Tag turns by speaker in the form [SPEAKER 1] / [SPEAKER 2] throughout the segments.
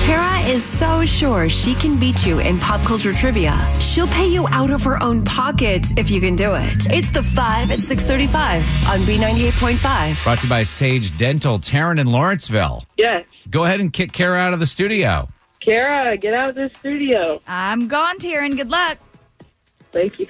[SPEAKER 1] Kara is so sure she can beat you in pop culture trivia. She'll pay you out of her own pocket if you can do it. It's the 5 at 635 on B98.5.
[SPEAKER 2] Brought to you by Sage Dental, Taryn in Lawrenceville.
[SPEAKER 3] Yes.
[SPEAKER 2] Go ahead and kick Kara out of the studio.
[SPEAKER 3] Kara, get out of the studio.
[SPEAKER 4] I'm gone, Taryn. Good luck.
[SPEAKER 3] Thank you.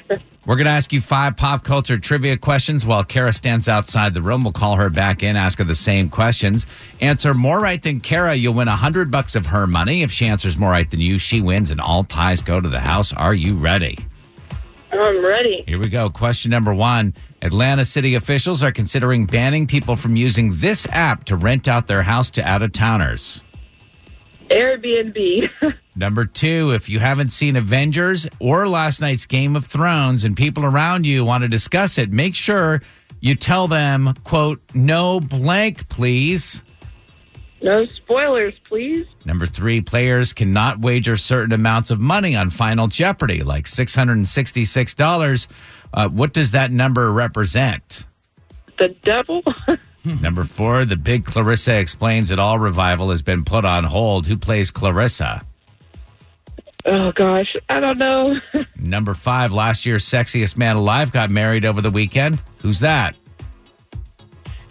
[SPEAKER 2] We're going to ask you five pop culture trivia questions while Kara stands outside the room. We'll call her back in, ask her the same questions. Answer more right than Kara, you'll win a 100 bucks of her money. If she answers more right than you, she wins and all ties go to the house. Are you ready?
[SPEAKER 3] I'm ready.
[SPEAKER 2] Here we go. Question number one Atlanta city officials are considering banning people from using this app to rent out their house to out of towners.
[SPEAKER 3] Airbnb.
[SPEAKER 2] Number two, if you haven't seen Avengers or last night's Game of Thrones and people around you want to discuss it, make sure you tell them, quote, no blank, please.
[SPEAKER 3] no spoilers, please.
[SPEAKER 2] Number three, players cannot wager certain amounts of money on Final Jeopardy, like $666. Uh, what does that number represent?
[SPEAKER 3] The devil.
[SPEAKER 2] Number four, the big Clarissa explains it all revival has been put on hold. Who plays Clarissa?
[SPEAKER 3] oh gosh, I don't know.
[SPEAKER 2] Number five, last year's sexiest man alive got married over the weekend. Who's that?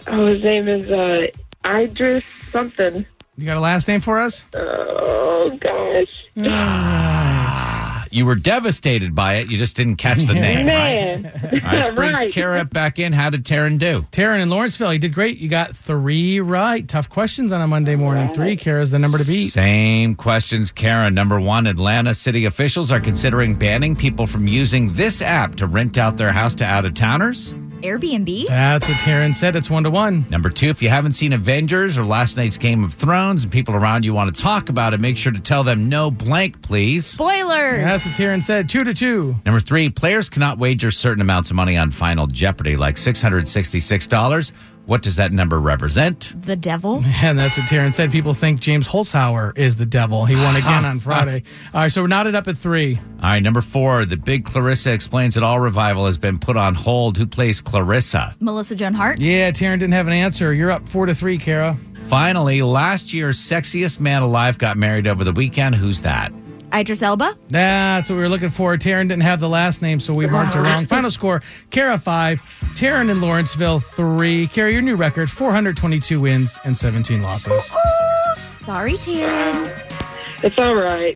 [SPEAKER 3] Oh, his name is uh, Idris something.
[SPEAKER 2] You got a last name for us?
[SPEAKER 3] Oh gosh,
[SPEAKER 2] You were devastated by it. You just didn't catch the name, right?
[SPEAKER 3] man.
[SPEAKER 2] All right, let's bring
[SPEAKER 3] Right.
[SPEAKER 2] Kara back in. How did Taryn do?
[SPEAKER 5] Taryn in Lawrenceville, you did great. You got three right. Tough questions on a Monday morning. Three, Kara's the number to beat.
[SPEAKER 2] Same questions, Kara. Number one, Atlanta city officials are considering banning people from using this app to rent out their house to out of towners.
[SPEAKER 4] Airbnb?
[SPEAKER 5] That's what Taryn said. It's one to one.
[SPEAKER 2] Number two, if you haven't seen Avengers or last night's Game of Thrones and people around you want to talk about it, make sure to tell them no blank, please.
[SPEAKER 4] Spoilers.
[SPEAKER 5] That's what Taryn said. Two to two.
[SPEAKER 2] Number three, players cannot wager certain amounts of money on Final Jeopardy, like $666. What does that number represent?
[SPEAKER 4] The devil?
[SPEAKER 5] And that's what Taryn said. People think James Holzhauer is the devil. He won again on Friday. All right, so we're knotted up at three.
[SPEAKER 2] All right, number four, the big Clarissa explains that all revival has been put on hold. Who plays Clarissa?
[SPEAKER 4] Melissa Joan Hart?
[SPEAKER 5] Yeah, Taryn didn't have an answer. You're up four to three, Kara.
[SPEAKER 2] Finally, last year's sexiest man alive got married over the weekend. Who's that?
[SPEAKER 4] Idris Elba?
[SPEAKER 5] That's what we were looking for. Taryn didn't have the last name, so we marked her wrong. Final score Kara five, Taryn in Lawrenceville three. Kara, your new record 422 wins and 17 losses.
[SPEAKER 4] Oh, sorry, Taryn.
[SPEAKER 3] it's all right.